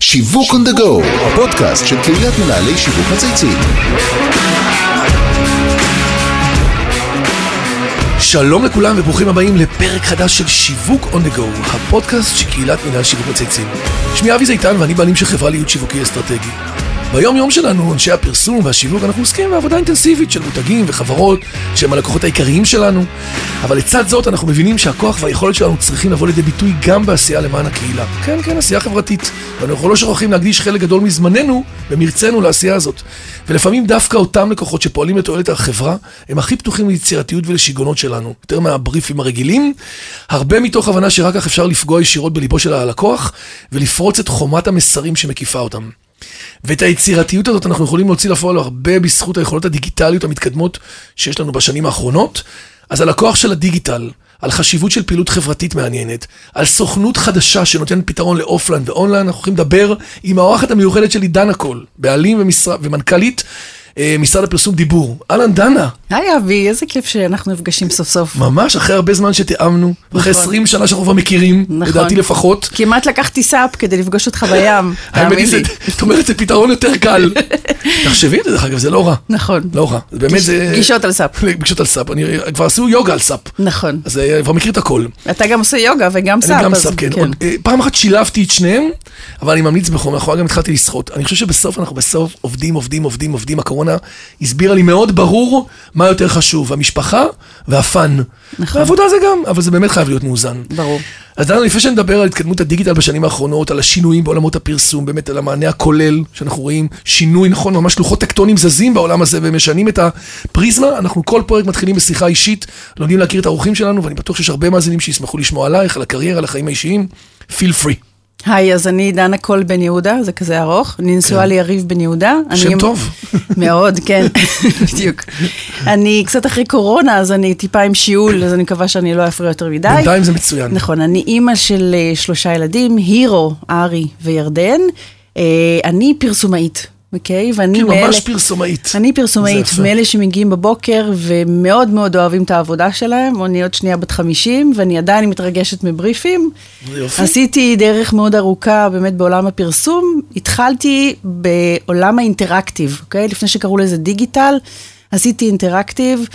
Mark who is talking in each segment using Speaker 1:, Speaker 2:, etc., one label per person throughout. Speaker 1: שיווק on the go, הפודקאסט של קהילת מנהלי שיווק מצייצים.
Speaker 2: שלום לכולם וברוכים הבאים לפרק חדש של שיווק on the go, הפודקאסט של קהילת מנהל שיווק מצייצים. שמי אבי זיתן ואני בעלים של חברה להיות שיווקי אסטרטגי. ביום יום שלנו, אנשי הפרסום והשיווק, אנחנו עוסקים בעבודה אינטנסיבית של מותגים וחברות שהם הלקוחות העיקריים שלנו, אבל לצד זאת אנחנו מבינים שהכוח והיכולת שלנו צריכים לבוא לידי ביטוי גם בעשייה למען הקהילה. כן, כן, עשייה חברתית, ואנחנו לא שוכחים להקדיש חלק גדול מזמננו ומרצנו לעשייה הזאת. ולפעמים דווקא אותם לקוחות שפועלים לתועלת החברה, הם הכי פתוחים ליצירתיות ולשיגעונות שלנו, יותר מהבריפים הרגילים, הרבה מתוך הבנה שרק כך אפשר לפגוע ישירות בליבו של הלקוח, ולפרוץ את חומת המסרים שמקיפה אותם. ואת היצירתיות הזאת אנחנו יכולים להוציא לפועל הרבה בזכות היכולות הדיגיטליות המתקדמות שיש לנו בשנים האחרונות. אז הלקוח של הדיגיטל, על חשיבות של פעילות חברתית מעניינת, על סוכנות חדשה שנותנת פתרון לאופליין ואונליין, אנחנו הולכים לדבר עם האורחת המיוחדת שלי, דנה קול, בעלים ומשרד, ומנכ"לית אה, משרד הפרסום דיבור. אהלן, דנה.
Speaker 3: היי אבי, איזה כיף שאנחנו נפגשים סוף סוף.
Speaker 2: ממש אחרי הרבה זמן שתיאמנו, אחרי 20 שנה שאנחנו כבר מכירים,
Speaker 3: נכון.
Speaker 2: לדעתי לפחות.
Speaker 3: כמעט לקחתי סאפ כדי לפגוש אותך בים,
Speaker 2: האמת היא,
Speaker 3: תאמין
Speaker 2: זה-
Speaker 3: לי.
Speaker 2: זאת אומרת, זה פתרון יותר קל. תחשבי על זה, דרך אגב, זה לא רע.
Speaker 3: נכון.
Speaker 2: לא רע, זה באמת
Speaker 3: גיש-
Speaker 2: זה...
Speaker 3: גישות על סאפ.
Speaker 2: גישות על סאפ, אני כבר עשו יוגה על סאפ.
Speaker 3: נכון.
Speaker 2: אז אה, כבר מכיר את הכל.
Speaker 3: אתה גם עושה יוגה וגם סאפ.
Speaker 2: אני גם
Speaker 3: אז
Speaker 2: סאפ, כן. עוד, אה, פעם אחת שילבתי את שניהם, אבל אני ממליץ בחום, מאחורי גם התחלתי לשחות. אני חושב שבסוף אנחנו בסוף עובדים, עובדים, עובדים, עובדים. הקורונה הסבירה לי מאוד ברור מה יותר חשוב, המשפחה והפאן.
Speaker 3: נכון.
Speaker 2: והעבודה זה גם, אבל זה באמת חייב להיות מאוזן.
Speaker 3: ברור.
Speaker 2: אז דנו, לפני שנדבר על התקדמות הדיגיטל בשנים האחרונות, על השינויים בעולמות הפרסום, באמת על המענה הכולל שאנחנו רואים, שינוי נכון, ממש לוחות טקטונים זזים בעולם הזה ומשנים את הפריזמה, אנחנו כל פרק מתחילים בשיחה אישית, לומדים להכיר את האורחים שלנו, ואני בטוח שיש הרבה מאזינים שישמחו לשמוע עלייך, על הקריירה, על החיים האישיים, פיל פרי.
Speaker 3: היי, אז אני דנה קול בן יהודה, זה כזה ארוך. אני נשואה ליריב בן יהודה.
Speaker 2: כן. שם
Speaker 3: אני-
Speaker 2: טוב.
Speaker 3: מאוד, כן, בדיוק. אני קצת אחרי קורונה, אז אני טיפה עם שיעול, אז אני מקווה שאני לא אפריע יותר מדי.
Speaker 2: בינתיים זה מצוין.
Speaker 3: נכון, אני אימא של אה, שלושה ילדים, הירו, ארי וירדן. אה, אני פרסומאית, אוקיי? ואני
Speaker 2: כאילו, ממש
Speaker 3: מאלה-
Speaker 2: פרסומאית.
Speaker 3: אני פרסומאית,
Speaker 2: זה יפה.
Speaker 3: מאלה שמגיעים בבוקר ומאוד מאוד אוהבים את העבודה שלהם, אני עוד שנייה בת 50 ואני עדיין מתרגשת מבריפים.
Speaker 2: זה יופי.
Speaker 3: עשיתי דרך מאוד ארוכה באמת בעולם הפרסום, התחלתי בעולם האינטראקטיב, אוקיי? לפני שקראו לזה דיגיטל, עשיתי אינטראקטיב.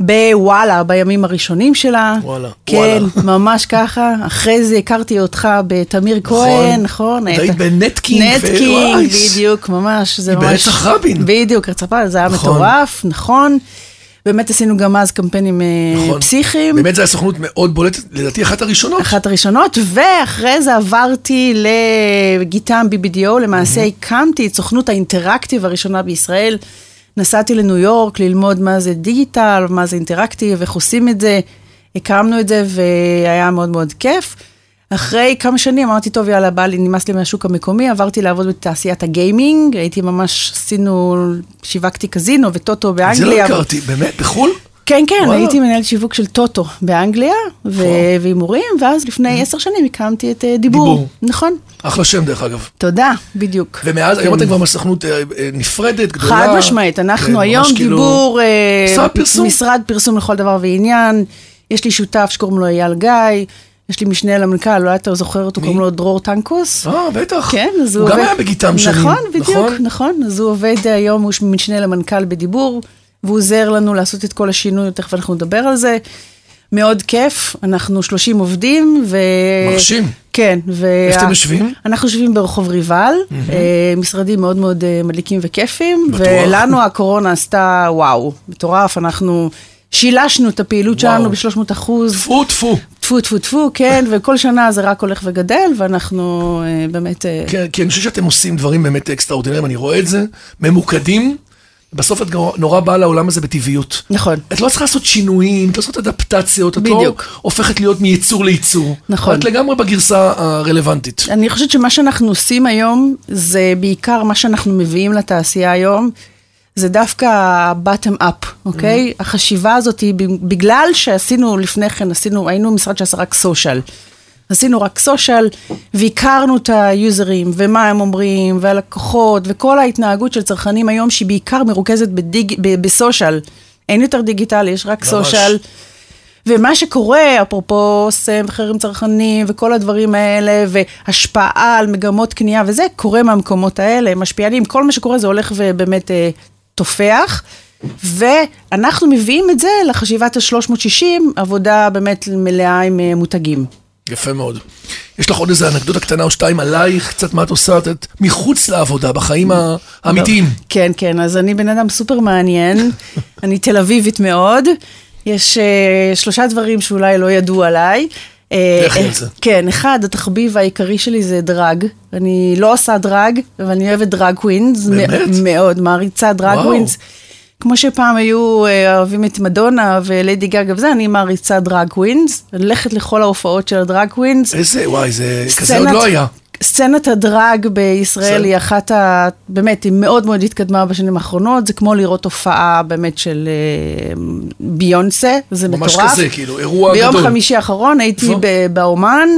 Speaker 3: בוואלה, בימים הראשונים שלה.
Speaker 2: וואלה,
Speaker 3: כן,
Speaker 2: וואלה.
Speaker 3: ממש ככה. אחרי זה הכרתי אותך בתמיר כהן, נכון?
Speaker 2: עוד היית
Speaker 3: אתה-
Speaker 2: בנטקינג ו- וואי.
Speaker 3: נטקינג, בדיוק, ממש. זה
Speaker 2: היא
Speaker 3: ממש...
Speaker 2: ברצח רבין.
Speaker 3: בדיוק, רצח רבין, זה היה
Speaker 2: נכון.
Speaker 3: מטורף, נכון. באמת עשינו גם אז קמפיינים אה,
Speaker 2: נכון.
Speaker 3: פסיכיים.
Speaker 2: באמת זו הייתה סוכנות מאוד בולטת, לדעתי אחת הראשונות.
Speaker 3: אחת הראשונות, ואחרי זה עברתי לגיטם BBDO, למעשה הקמתי את סוכנות האינטראקטיב הראשונה בישראל. נסעתי לניו יורק ללמוד מה זה דיגיטל, מה זה אינטראקטיב, איך עושים את זה. הקמנו את זה והיה מאוד מאוד כיף. אחרי כמה שנים אמרתי, טוב, יאללה, בא לי, נמאס לי מהשוק המקומי, עברתי לעבוד בתעשיית הגיימינג, הייתי ממש, עשינו, שיווקתי קזינו וטוטו
Speaker 2: זה
Speaker 3: באנגליה.
Speaker 2: לא הכרתי, באמת, בחו"ל?
Speaker 3: כן, כן,
Speaker 2: וואלה.
Speaker 3: וואלה. הייתי מנהלת שיווק של טוטו באנגליה,
Speaker 2: וואו. Mm-hmm.
Speaker 3: ו- והימורים, ואז לפני עשר שנים הקמתי את אה, דיבור.
Speaker 2: דיבור.
Speaker 3: נכון.
Speaker 2: אחלה שם דרך אגב.
Speaker 3: תודה, בדיוק.
Speaker 2: ומאז, היום אתם כבר בסוכנות אה, אה, נפרדת, גדולה.
Speaker 3: כן. חד משמעית, אנחנו
Speaker 2: כן,
Speaker 3: היום
Speaker 2: ממש כאילו-
Speaker 3: דיבור, אה,
Speaker 2: משרד פרסום.
Speaker 3: משרד פרסום לכל דבר ועניין, יש לי שותף שקוראים לו אייל גיא, יש לי משנה למנכ"ל, אולי אתה זוכר אותו, קוראים לו דרור טנקוס.
Speaker 2: אה, בטח.
Speaker 3: כן, אז הוא
Speaker 2: הוא גם
Speaker 3: עובד...
Speaker 2: היה בגיטם שנים.
Speaker 3: נכון, בדיוק, נכון. אז הוא עובד היום, הוא משנה למנכ"ל בדיבור, והוא עוזר לנו לעשות את כל השינוי, תכף אנחנו נדבר על זה. מאוד כיף, אנחנו 30 עובדים, ו...
Speaker 2: מרשים.
Speaker 3: כן, ו...
Speaker 2: איפה אתם יושבים?
Speaker 3: אנחנו יושבים ברחוב ריבל, אה, משרדים מאוד מאוד אה, מדליקים וכיפים,
Speaker 2: בטוח.
Speaker 3: ולנו הקורונה עשתה וואו, מטורף, אנחנו שילשנו את הפעילות
Speaker 2: וואו.
Speaker 3: שלנו ב-300 אחוז.
Speaker 2: טפו, טפו.
Speaker 3: טפו טפו טפו, כן, וכל שנה זה רק הולך וגדל, ואנחנו אה, באמת... אה,
Speaker 2: כן, כי אני חושב שאתם עושים דברים באמת אקסטראורדינריים, אני רואה את זה, ממוקדים. בסוף את גרו- נורא באה לעולם הזה בטבעיות.
Speaker 3: נכון.
Speaker 2: את לא צריכה לעשות שינויים, את לא צריכה לעשות אדפטציות, את
Speaker 3: בדיוק.
Speaker 2: לא הופכת להיות מייצור לייצור.
Speaker 3: נכון.
Speaker 2: את לגמרי בגרסה הרלוונטית.
Speaker 3: אני חושבת שמה שאנחנו עושים היום, זה בעיקר מה שאנחנו מביאים לתעשייה היום, זה דווקא ה-bottom up, אוקיי? Mm-hmm. החשיבה הזאת היא, ב- בגלל שעשינו לפני כן, עשינו, היינו משרד שעשה רק סושיאל. עשינו רק סושיאל, והכרנו את היוזרים, ומה הם אומרים, והלקוחות, וכל ההתנהגות של צרכנים היום, שהיא בעיקר מרוכזת בדיג, ב- בסושיאל. אין יותר דיגיטלי, יש רק
Speaker 2: ממש.
Speaker 3: סושיאל. ומה שקורה, אפרופו סמכרים צרכנים וכל הדברים האלה, והשפעה על מגמות קנייה וזה, קורה מהמקומות האלה, משפיענים, כל מה שקורה זה הולך ובאמת אה, תופח. ואנחנו מביאים את זה לחשיבת ה-360, עבודה באמת מלאה עם אה, מותגים.
Speaker 2: יפה מאוד. יש לך עוד איזה אנקדוטה קטנה או שתיים עלייך, קצת מה את עושה, את מחוץ לעבודה, בחיים
Speaker 3: לא.
Speaker 2: האמיתיים.
Speaker 3: כן, כן, אז אני בן אדם סופר מעניין, אני תל אביבית מאוד. יש אה, שלושה דברים שאולי לא ידעו עליי. אה,
Speaker 2: איך
Speaker 3: אה,
Speaker 2: היא על זה?
Speaker 3: כן, אחד, התחביב העיקרי שלי זה דרג. אני לא עושה דרג, אבל אני אוהבת דרג קווינס.
Speaker 2: באמת?
Speaker 3: מא- מאוד, מעריצה דרג
Speaker 2: וואו.
Speaker 3: קווינס. כמו שפעם היו אה, אוהבים את מדונה וליידי גאגה וזה, אני מעריצה דרג קווינס. הולכת לכל ההופעות של הדרג קווינס.
Speaker 2: איזה, וואי, זה כזה עוד לא היה.
Speaker 3: סצנת הדרג בישראל
Speaker 2: בסדר.
Speaker 3: היא אחת ה... באמת, היא מאוד מאוד התקדמה בשנים האחרונות, זה כמו לראות הופעה באמת של אה, ביונסה, זה
Speaker 2: ממש
Speaker 3: מטורף.
Speaker 2: כזה, כאילו, נכון. אירוע
Speaker 3: ביום
Speaker 2: גדול.
Speaker 3: חמישי האחרון הייתי
Speaker 2: טוב.
Speaker 3: ב- באומן,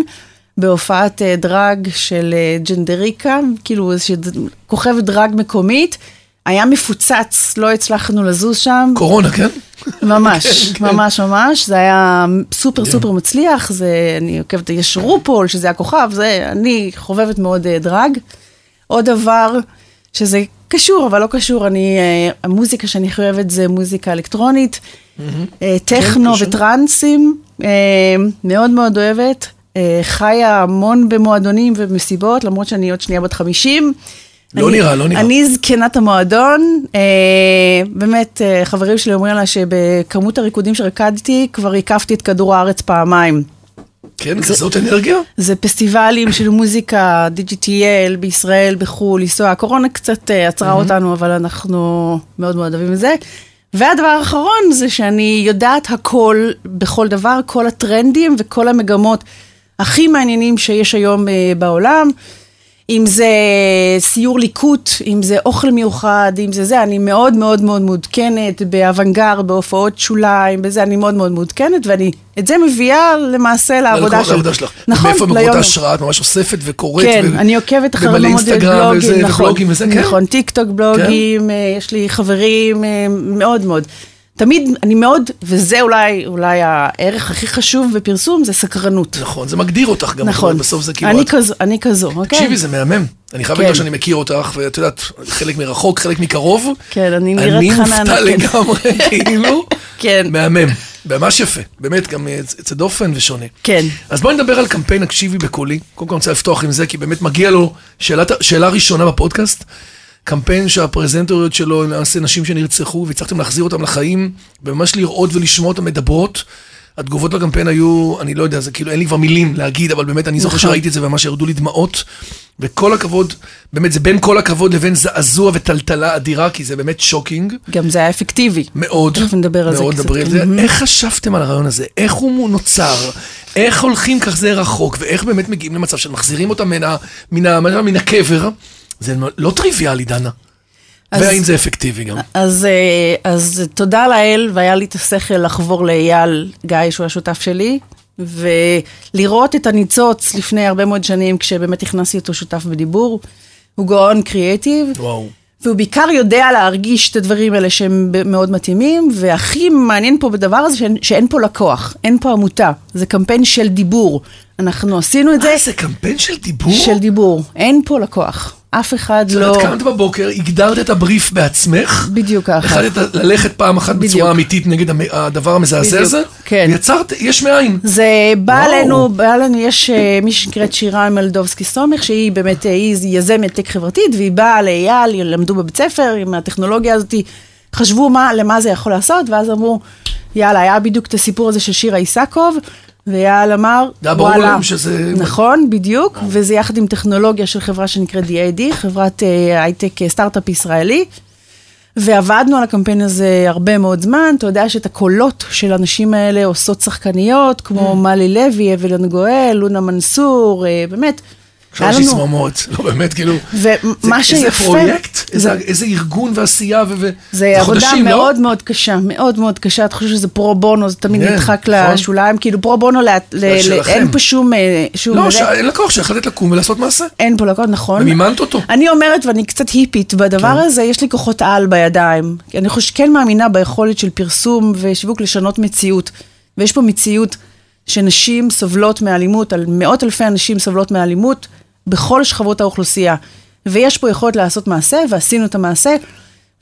Speaker 3: בהופעת אה, דרג של אה, ג'נדריקה, כאילו איזושהי ד- כוכבת דרג מקומית. היה מפוצץ, לא הצלחנו לזוז שם.
Speaker 2: קורונה, כן?
Speaker 3: ממש, ממש ממש, זה היה סופר סופר מצליח, זה, אני עוקבת, יש רופול, שזה הכוכב, זה, אני חובבת מאוד אה, דרג. עוד דבר, שזה קשור, אבל לא קשור, אני, אה, המוזיקה שאני הכי אוהבת זה מוזיקה אלקטרונית, אה, טכנו
Speaker 2: קשור.
Speaker 3: וטרנסים, אה, מאוד מאוד אוהבת, אה, חיה המון במועדונים ומסיבות, למרות שאני עוד שנייה בת 50.
Speaker 2: לא
Speaker 3: אני-
Speaker 2: נראה, לא נראה.
Speaker 3: אני זקנת המועדון, אה, באמת, אה, חברים שלי אומרים לה שבכמות הריקודים שרקדתי, כבר הקפתי את כדור הארץ פעמיים.
Speaker 2: כן, כזאת אנרגיה?
Speaker 3: זה פסטיבלים של מוזיקה, דיג'יטייל, בישראל, בחו"ל, לנסוע. הקורונה קצת אה, עצרה אותנו, אבל אנחנו מאוד מאוד אוהבים את זה. והדבר האחרון זה שאני יודעת הכל, בכל דבר, כל הטרנדים וכל המגמות הכי מעניינים שיש היום אה, בעולם. אם זה סיור ליקוט, אם זה אוכל מיוחד, אם זה זה, אני מאוד מאוד מאוד מעודכנת באבנגר, בהופעות שוליים, בזה, אני מאוד מאוד מעודכנת, ואני את זה מביאה למעשה לעבודה
Speaker 2: של... לעבודה שלך.
Speaker 3: נכון,
Speaker 2: מאיפה מקורות
Speaker 3: ליום-יום.
Speaker 2: ההשראה? את ממש אוספת וקוראת.
Speaker 3: כן,
Speaker 2: ו-
Speaker 3: אני עוקבת אחרי הרבה
Speaker 2: ומלא
Speaker 3: מאוד
Speaker 2: אינסטגרם
Speaker 3: בלוגים,
Speaker 2: וזה,
Speaker 3: נכון,
Speaker 2: ובלוגים וזה, כן?
Speaker 3: נכון, טיק טוק בלוגים, אה, יש לי חברים אה, מאוד מאוד. תמיד, אני מאוד, וזה אולי, אולי הערך הכי חשוב בפרסום, זה סקרנות.
Speaker 2: נכון, זה מגדיר אותך גם.
Speaker 3: נכון.
Speaker 2: בסוף זה כאילו...
Speaker 3: אני
Speaker 2: את-
Speaker 3: כזו, אני כזו, אוקיי?
Speaker 2: תקשיבי, זה מהמם. אני חייב להגיד
Speaker 3: כן.
Speaker 2: שאני מכיר אותך, ואת יודעת, חלק מרחוק, חלק מקרוב.
Speaker 3: כן, אני נראית
Speaker 2: אני
Speaker 3: חננה,
Speaker 2: מופתע
Speaker 3: כן.
Speaker 2: לגמרי, כאילו.
Speaker 3: כן.
Speaker 2: מהמם. ממש יפה. באמת, גם אה, יוצא דופן ושונה.
Speaker 3: כן.
Speaker 2: אז בואי נדבר על קמפיין הקשיבי בקולי. קודם כל אני רוצה לפתוח עם זה, כי באמת מגיע לו שאלת, שאלה ראשונה בפודקאסט. קמפיין שהפרזנטוריות שלו הן למעשה נשים שנרצחו, והצלחתם להחזיר אותם לחיים, וממש לראות ולשמוע אותם מדברות. התגובות לקמפיין היו, אני לא יודע, זה כאילו אין לי כבר מילים להגיד, אבל באמת אני זוכר
Speaker 3: נכון.
Speaker 2: שראיתי את זה וממש ירדו לי דמעות. וכל הכבוד, באמת זה בין כל הכבוד לבין זעזוע וטלטלה אדירה, כי זה באמת שוקינג.
Speaker 3: גם זה היה אפקטיבי.
Speaker 2: מאוד,
Speaker 3: תכף נדבר על זה
Speaker 2: מאוד
Speaker 3: קצת,
Speaker 2: דברי על
Speaker 3: כן.
Speaker 2: זה. איך חשבתם על הרעיון הזה? איך הוא נוצר? איך הולכים כזה רחוק? ואיך באמת מגיעים למצב שמחזירים אותם מן, ה, מן, ה, מן, ה, מן הקבר? זה לא טריוויאלי, דנה.
Speaker 3: אז-
Speaker 2: והאם זה אפקטיבי גם?
Speaker 3: אז, אה, אז תודה לאל, והיה לי את השכל לחבור לאייל גיא, שהוא השותף שלי, ולראות את הניצוץ לפני הרבה מאוד שנים, כשבאמת הכנסתי אותו שותף בדיבור. הוא גאון קריאייטיב,
Speaker 2: וואו.
Speaker 3: והוא בעיקר יודע להרגיש את הדברים האלה שהם ב- מאוד מתאימים, והכי מעניין פה בדבר הזה שאין, שאין פה לקוח, אין פה עמותה, זה קמפיין של דיבור. אנחנו עשינו את זה
Speaker 2: אה, זה קמפיין של דיבור?
Speaker 3: של דיבור, אין פה לקוח, אף אחד
Speaker 2: לא.
Speaker 3: לא...
Speaker 2: את קמת בבוקר, הגדרת את הבריף בעצמך.
Speaker 3: בדיוק ככה.
Speaker 2: החלטת ללכת פעם אחת
Speaker 3: בדיוק.
Speaker 2: בצורה אמיתית נגד המ- הדבר המזעזע
Speaker 3: בדיוק,
Speaker 2: הזה.
Speaker 3: כן.
Speaker 2: ויצרת, יש מאין.
Speaker 3: זה בא
Speaker 2: וואו.
Speaker 3: עלינו, בא עלינו, יש אה, מי שנקראת שירה מלדובסקי סומך, שהיא באמת, אה, היא יזמת טק חברתית, והיא באה לאייל, למדו בבית ספר עם הטכנולוגיה הזאת, חשבו מה, למה זה יכול לעשות, ואז אמרו, יאללה, היה בדיוק את הסיפור הזה של שירה איסקוב, ואייל אמר,
Speaker 2: זה היה ברור להם שזה-
Speaker 3: נכון, בדיוק, וזה יחד עם טכנולוגיה של חברה שנקראת DAD, חברת אה, הייטק אה, סטארט-אפ ישראלי. ועבדנו על הקמפיין הזה הרבה מאוד זמן, אתה יודע שאת הקולות של הנשים האלה עושות שחקניות,
Speaker 2: Mm.
Speaker 3: כמו מלי לוי, אבלן גואל, לונה מנסור, אה, באמת. היה
Speaker 2: עכשיו יש לי צמרמורות. לא, באמת, כאילו.
Speaker 3: ומה
Speaker 2: זה- איזה
Speaker 3: שיפה-
Speaker 2: פרויקט, איזה-
Speaker 3: זה-
Speaker 2: איזה ארגון ועשייה, ו- ו-
Speaker 3: זה עבודה
Speaker 2: חודשים, לא?
Speaker 3: מאוד מאוד קשה, מאוד מאוד קשה, אתה חושב שזה פרו בונו, זה תמיד
Speaker 2: כן,
Speaker 3: נדחק
Speaker 2: נכון.
Speaker 3: לשוליים, כאילו פרו בונו, ל- ל- ל-
Speaker 2: שלכם.
Speaker 3: אין פה שום... אה, שום
Speaker 2: לא,
Speaker 3: זה-
Speaker 2: שאין לקוח שהחלטת לקום ולעשות מעשה.
Speaker 3: אין פה לקוח, נכון.
Speaker 2: ומימנת אותו.
Speaker 3: אני אומרת, ואני קצת היפית בדבר כן. הזה, יש לי כוחות על בידיים. כי אני חושב, כן מאמינה ביכולת של פרסום ושיווק לשנות מציאות. ויש פה מציאות שנשים סובלות מאלימות, על מאות אלפי אנשים סובלות מאלימות בכל שכבות האוכלוסייה. ויש פה יכולת לעשות מעשה, ועשינו את המעשה,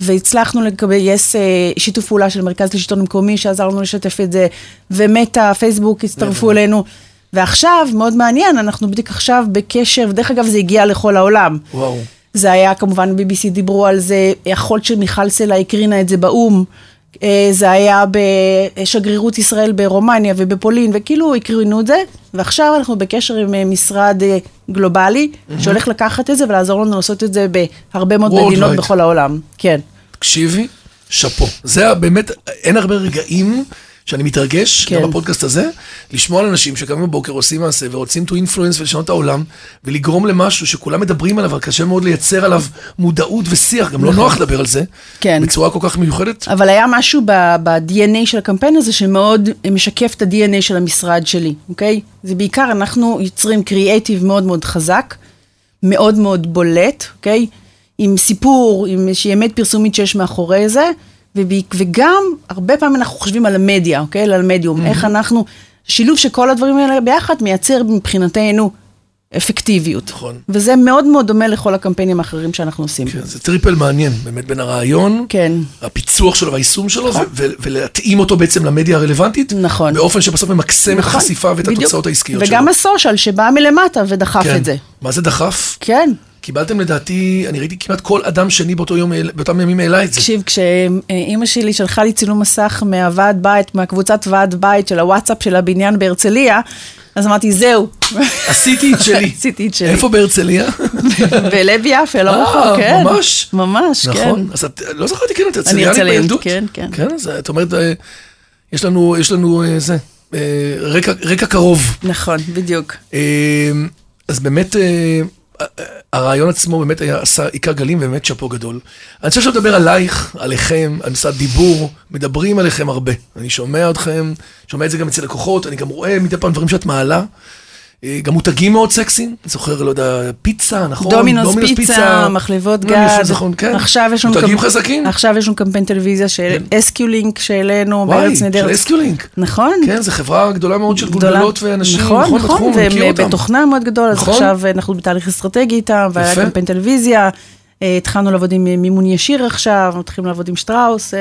Speaker 3: והצלחנו לגייס אה, שיתוף פעולה של מרכז לשלטון מקומי, שעזר לנו לשתף את זה, ומטא, פייסבוק הצטרפו אלינו. ועכשיו, מאוד מעניין, אנחנו בדיוק עכשיו בקשר, ודרך אגב, זה הגיע לכל העולם.
Speaker 2: וואו.
Speaker 3: זה היה כמובן, BBC דיברו על זה, יכול שמיכל סלע הקרינה את זה באו"ם. אה, זה היה בשגרירות ישראל ברומניה ובפולין, וכאילו הקרינו את זה, ועכשיו אנחנו בקשר עם אה, משרד אה, גלובלי, שהולך לקחת את זה ולעזור לנו לעשות את זה בהרבה מאוד
Speaker 2: Worldwide.
Speaker 3: מדינות בכל העולם. כן.
Speaker 2: תקשיבי, שאפו. זה באמת, אין הרבה רגעים שאני מתרגש, כן.
Speaker 3: כן.
Speaker 2: גם בפודקאסט הזה, לשמוע על אנשים שקמים בבוקר, עושים מעשה ורוצים to influence ולשנות את העולם, ולגרום למשהו שכולם מדברים עליו, אבל קשה מאוד לייצר עליו מודעות ושיח, גם לא נוח לדבר על זה,
Speaker 3: נכון. כן.
Speaker 2: בצורה כל כך מיוחדת.
Speaker 3: אבל היה משהו ב- ב-DNA של הקמפיין הזה שמאוד אה, משקף את ה-DNA של המשרד שלי, אוקיי? זה בעיקר, אנחנו יוצרים קריאייטיב מאוד מאוד חזק, מאוד מאוד בולט, אוקיי? עם סיפור, עם איזושהי אמת פרסומית שיש מאחורי זה, ובעיק- וגם, הרבה פעמים אנחנו חושבים על המדיה, אוקיי? על המדיום, mm-hmm. איך אנחנו, שילוב של כל הדברים האלה ביחד מייצר מבחינתנו אפקטיביות.
Speaker 2: נכון.
Speaker 3: וזה מאוד מאוד דומה לכל הקמפיינים האחרים שאנחנו עושים.
Speaker 2: כן, זה טריפל מעניין, באמת, בין הרעיון,
Speaker 3: כן.
Speaker 2: הפיצוח שלו והיישום שלו, ו- ו- ולהתאים אותו בעצם למדיה הרלוונטית,
Speaker 3: נכון.
Speaker 2: באופן שבסוף ממקסם את
Speaker 3: נכון,
Speaker 2: החשיפה ואת
Speaker 3: בדיוק.
Speaker 2: התוצאות העסקיות שלו.
Speaker 3: וגם הסושיאל שבא מלמטה ודחף
Speaker 2: כן.
Speaker 3: את זה.
Speaker 2: מה זה דחף?
Speaker 3: כן.
Speaker 2: קיבלתם לדעתי, אני ראיתי כמעט כל אדם שני באותו יום, העל- באותם ימים העלה את זה.
Speaker 3: תקשיב, כשאימא שלי שלחה לי צילום מסך מהוועד בית, מהקבוצת ועד בית של הוואטסאפ של הבניין בהרצליה, אז אמרתי, זהו.
Speaker 2: עשיתי את שלי.
Speaker 3: עשיתי את שלי. כן.
Speaker 2: איפה בהרצליה?
Speaker 3: בלב יפה, לא
Speaker 2: אה,
Speaker 3: רחוק, כן.
Speaker 2: ממש.
Speaker 3: ממש, כן.
Speaker 2: נכון. אז את לא זכרתי, כן, את
Speaker 3: אני
Speaker 2: הרצליאנית
Speaker 3: הרצליאנית,
Speaker 2: בילדות?
Speaker 3: כן, כן.
Speaker 2: כן, אז את אומרת, אה, יש לנו, יש לנו, אה, זה, אה, רקע- רקע קרוב.
Speaker 3: נכון, בדיוק.
Speaker 2: אה, אז באמת, אה, אה, הרעיון עצמו באמת היה, עשה עיקר גלים, ובאמת שאפו גדול. אני רוצה עכשיו לדבר עלייך, עליכם, על משרד דיבור, מדברים עליכם הרבה. אני שומע אתכם, שומע את זה גם אצל לקוחות, אני גם רואה מדי פעם דברים שאת מעלה. אה, גם מותגים מאוד סקסיים, אני זוכר, לא יודע, פיצה, נכון?
Speaker 3: דומינוס פיצה, מחלבות
Speaker 2: דומינוס,
Speaker 3: גד.
Speaker 2: נכון, כן.
Speaker 3: עכשיו יש לנו...
Speaker 2: מותגים
Speaker 3: קמפ-
Speaker 2: חזקים? כן.
Speaker 3: עכשיו יש לנו קמפיין טלוויזיה של אסקיולינק שהעלינו
Speaker 2: וואי,
Speaker 3: בארץ
Speaker 2: של
Speaker 3: נהדרת.
Speaker 2: אסקיולינק.
Speaker 3: נכון.
Speaker 2: כן, זו חברה גדולה מאוד של
Speaker 3: גדולה.
Speaker 2: גולגלות ואנשים,
Speaker 3: נכון,
Speaker 2: נכון, בתחום, אני מכיר
Speaker 3: והם
Speaker 2: אותם.
Speaker 3: בתוכנה מאוד גדול, אז
Speaker 2: נכון.
Speaker 3: עכשיו אה, אנחנו בתהליך אסטרטגי איתם, והיה
Speaker 2: יפה.
Speaker 3: קמפיין טלוויזיה, אה, התחלנו לעבוד עם אה, מימון ישיר עכשיו, מתחילים לעבוד עם שטראוס, אה,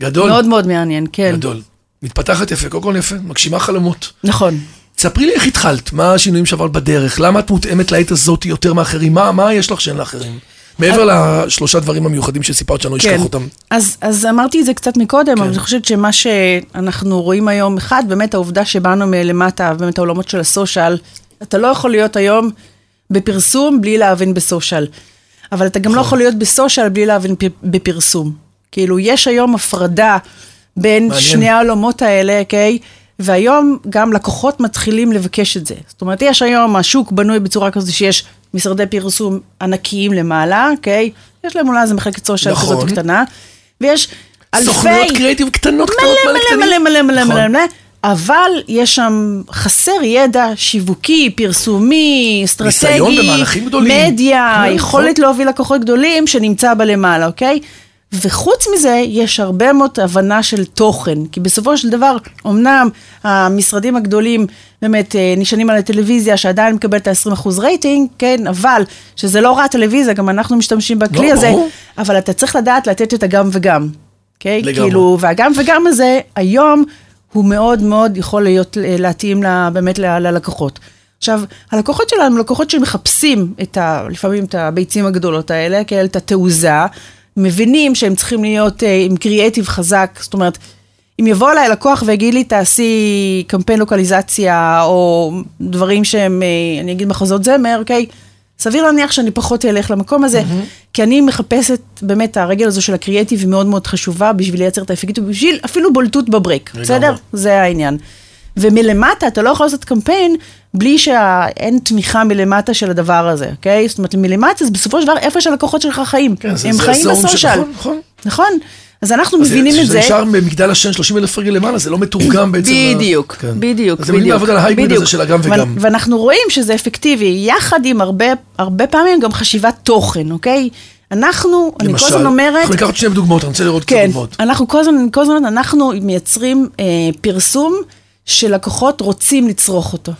Speaker 2: גדול.
Speaker 3: מאוד מאוד מעניין, כן.
Speaker 2: גדול. מתפתחת יפה, קודם כל יפה, מגשימה חלומות.
Speaker 3: נכון.
Speaker 2: ספרי לי איך התחלת, מה השינויים שעברת בדרך, למה את מותאמת לעת הזאת יותר מאחרים, מה, מה יש לך שאין לאחרים? מעבר לשלושה דברים המיוחדים שסיפרת שאני לא
Speaker 3: כן.
Speaker 2: אשכח אותם.
Speaker 3: אז, אז אמרתי את זה קצת מקודם, כן. אבל
Speaker 2: כן.
Speaker 3: אני חושבת שמה שאנחנו רואים היום, אחד, באמת העובדה שבאנו מלמטה, באמת העולמות של הסושיאל, אתה לא יכול להיות היום בפרסום בלי להבין בסושיאל. אבל אתה
Speaker 2: נכון.
Speaker 3: גם לא יכול להיות בסושיאל בלי להבין פ- בפרסום. כאילו, יש היום הפרדה בין
Speaker 2: מעניין.
Speaker 3: שני העולמות האלה, אוקיי? והיום גם לקוחות מתחילים לבקש את זה. זאת אומרת, יש היום, השוק בנוי בצורה כזו שיש משרדי פרסום ענקיים למעלה, אוקיי? יש להם אולי איזה מחלקת סושיאל
Speaker 2: נכון.
Speaker 3: כזאת קטנה, ויש אלפי...
Speaker 2: סוכנויות קריאיטיב קטנות, קטנות,
Speaker 3: מלא
Speaker 2: מלא
Speaker 3: מלא מלא
Speaker 2: קטנים.
Speaker 3: מלא מלא
Speaker 2: נכון.
Speaker 3: מלא מלא, אבל יש שם חסר ידע שיווקי, פרסומי, אסטרטגי,
Speaker 2: ניסיון במהלכים גדולים. כן,
Speaker 3: מדיה,
Speaker 2: נכון.
Speaker 3: יכולת להוביל לקוחות גדולים שנמצא בלמעלה, אוקיי? וחוץ מזה, יש הרבה מאוד הבנה של תוכן, כי בסופו של דבר, אמנם המשרדים הגדולים באמת אה, נשענים על הטלוויזיה שעדיין מקבלת את ה-20% רייטינג, כן, אבל שזה לא רק הטלוויזיה, גם אנחנו משתמשים בכלי
Speaker 2: לא,
Speaker 3: הזה,
Speaker 2: ברור.
Speaker 3: אבל אתה צריך לדעת לתת את הגם וגם, אוקיי?
Speaker 2: לגמרי.
Speaker 3: כאילו, והגם וגם הזה, היום הוא מאוד מאוד יכול להיות, אה, להתאים לה, באמת ל- ללקוחות. עכשיו, הלקוחות שלנו הם לקוחות שמחפשים את ה, לפעמים את הביצים הגדולות האלה, כאלה, את התעוזה, מבינים שהם צריכים להיות אה, עם קריאייטיב חזק, זאת אומרת, אם יבוא אליי לקוח ויגיד לי, תעשי קמפיין לוקליזציה, או דברים שהם, אה, אני אגיד מחוזות זמר, אוקיי? סביר להניח שאני פחות אלך למקום הזה, mm-hmm. כי אני מחפשת, באמת, הרגל הזו של הקריאייטיב היא מאוד מאוד חשובה בשביל לייצר את האפקטיביות, בשביל אפילו בולטות בברייק, בסדר? זה העניין. ומלמטה אתה לא יכול לעשות קמפיין בלי שאין תמיכה מלמטה של הדבר הזה, אוקיי? זאת אומרת, מלמטה זה בסופו של דבר איפה שהלקוחות שלך חיים.
Speaker 2: כן, זה-
Speaker 3: הם
Speaker 2: זה
Speaker 3: חיים
Speaker 2: הזון של-
Speaker 3: בסושיאל.
Speaker 2: נכון, נכון.
Speaker 3: נכון. אז אנחנו
Speaker 2: אז
Speaker 3: מבינים את
Speaker 2: שזה
Speaker 3: זה.
Speaker 2: נשאר במגדל השן 30 אלף רגל למעלה, זה לא מתורגם בעצם. ל-
Speaker 3: בדיוק,
Speaker 2: כן.
Speaker 3: בדיוק,
Speaker 2: אז הם יודעים
Speaker 3: בדיוק,
Speaker 2: לעבוד על ההייבריד הזה
Speaker 3: בדיוק.
Speaker 2: של הגם
Speaker 3: ו-
Speaker 2: וגם.
Speaker 3: ואנחנו רואים שזה אפקטיבי, יחד עם הרבה, הרבה פעמים גם חשיבת תוכן, אוקיי? אנחנו, אני כל הזמן אומרת...
Speaker 2: אנחנו ניקח עוד שני דוגמאות, אני רוצה לראות קצת
Speaker 3: כן,
Speaker 2: דוגמאות.
Speaker 3: אנחנו כל הזמן, כל הזמן אנחנו מייצרים אה, פרסום שלקוחות רוצים לצרוך אותו,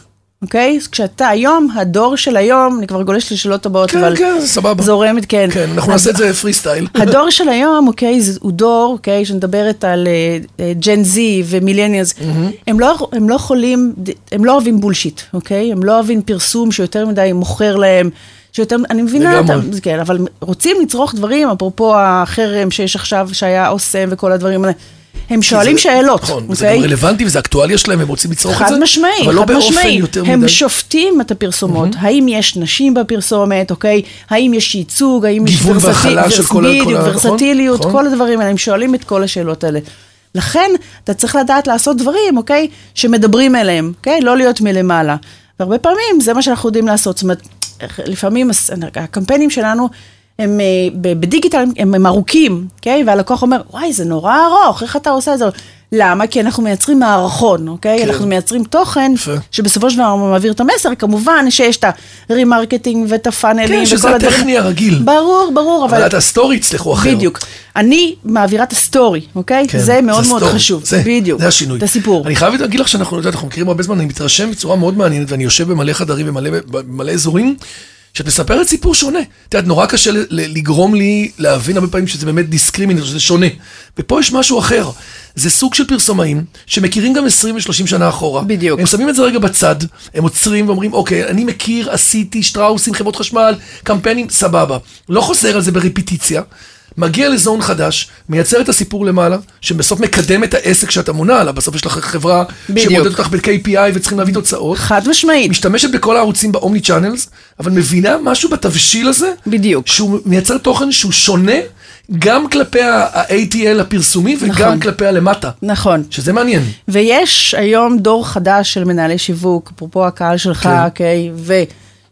Speaker 3: אוקיי? אז כשאתה היום, הדור של היום, אני כבר גולשת לשאלות הבאות,
Speaker 2: כן,
Speaker 3: אבל
Speaker 2: כן, זה סבבה.
Speaker 3: זורמת, כן.
Speaker 2: כן, אנחנו
Speaker 3: אז
Speaker 2: נעשה את זה פרי סטייל.
Speaker 3: הדור של היום, אוקיי, זה- הוא דור, אוקיי, שמדברת על אה, ג'ן זי ומילניאלס,
Speaker 2: Mm-hmm.
Speaker 3: הם לא- הם לא יכולים, הם לא אוהבים בולשיט, אוקיי? הם לא אוהבים פרסום שיותר מדי מוכר להם, שיותר, אני מבינה
Speaker 2: לגמרי.
Speaker 3: אותם, זה כן, אבל רוצים לצרוך דברים, אפרופו החרם שיש עכשיו, שהיה אוסם וכל הדברים האלה, הם שואלים
Speaker 2: זה-
Speaker 3: שאלות,
Speaker 2: נכון, זה גם
Speaker 3: אוקיי?
Speaker 2: רלוונטי וזה אקטואליה שלהם, הם רוצים לצרוך את
Speaker 3: חד
Speaker 2: זה.
Speaker 3: משמעי,
Speaker 2: אבל לא
Speaker 3: חד
Speaker 2: באופן
Speaker 3: משמעי.
Speaker 2: יותר
Speaker 3: הם
Speaker 2: מדי. Mm-hmm.
Speaker 3: שופטים את הפרסומות, האם יש נשים בפרסומת, אוקיי? האם יש ייצוג, האם יש
Speaker 2: גיוון והכלה
Speaker 3: ורסטי-
Speaker 2: של
Speaker 3: ורס-
Speaker 2: כל ה-
Speaker 3: בדיוק,
Speaker 2: כל ה- נכון,
Speaker 3: ורסטיליות,
Speaker 2: נכון.
Speaker 3: כל הדברים האלה, הם שואלים את כל השאלות האלה. לכן, אתה צריך לדעת לעשות דברים, אוקיי? שמדברים אליהם, אוקיי? לא להיות מלמעלה. והרבה פעמים זה מה שאנחנו יודעים לעשות. זאת אומרת, לפעמים הס- הקמפיינים שלנו... הם אה, ב- בדיגיטל, הם- הם ארוכים, אוקיי? והלקוח אומר, וואי, זה נורא ארוך, איך אתה עושה את זה? למה? כי אנחנו מייצרים מערכון, אוקיי?
Speaker 2: כן.
Speaker 3: אנחנו מייצרים תוכן,
Speaker 2: יפה.
Speaker 3: שבסופו של דבר מעביר את המסר, כמובן שיש את הרימרקטינג ואת הפאנלים
Speaker 2: כן,
Speaker 3: וכל
Speaker 2: שזה
Speaker 3: הדברים.
Speaker 2: הטכני הרגיל.
Speaker 3: ברור, ברור, אבל...
Speaker 2: אבל את הסטורי הצליחו אחר.
Speaker 3: בדיוק. אני מעבירה את הסטורי, אוקיי?
Speaker 2: כן,
Speaker 3: זה מאוד מאוד
Speaker 2: סטורי.
Speaker 3: חשוב.
Speaker 2: זה,
Speaker 3: בדיוק.
Speaker 2: זה השינוי.
Speaker 3: את הסיפור.
Speaker 2: אני חייב להגיד לך שאנחנו, יודעת, אנחנו מכירים הרבה זמן, אני מתרשם בצורה מאוד מעניינת, ואני יושב במלא חדרים ומלא במלא אזורים, שאת מספרת סיפור שונה. את יודעת, נורא קשה ל- ל- לגרום לי להבין הרבה פעמים שזה באמת דיסקרימינר, שזה שונה. ופה יש משהו אחר. זה סוג של פרסומאים שמכירים גם 20 ו-30 שנה אחורה.
Speaker 3: בדיוק.
Speaker 2: הם שמים את זה רגע בצד, הם עוצרים ואומרים, אוקיי, אני מכיר, עשיתי, שטראוסים, חברות חשמל, קמפיינים, סבבה. לא חוזר על זה ברפיטיציה. מגיע לזון חדש, מייצר את הסיפור למעלה, שבסוף מקדם את העסק שאתה מונה עליו, בסוף יש לך חברה
Speaker 3: בדיוק.
Speaker 2: שמודדת אותך ב-KPI וצריכים להביא תוצאות.
Speaker 3: חד משמעית.
Speaker 2: משתמשת בכל הערוצים באומני צ'אנלס, אבל מבינה משהו בתבשיל הזה,
Speaker 3: בדיוק.
Speaker 2: שהוא מייצר תוכן שהוא שונה גם כלפי ה- ה-ATL הפרסומי וגם
Speaker 3: נכון.
Speaker 2: כלפי הלמטה,
Speaker 3: נכון.
Speaker 2: שזה מעניין.
Speaker 3: ויש היום דור חדש של מנהלי שיווק, אפרופו הקהל שלך,
Speaker 2: כן.
Speaker 3: אוקיי? ו...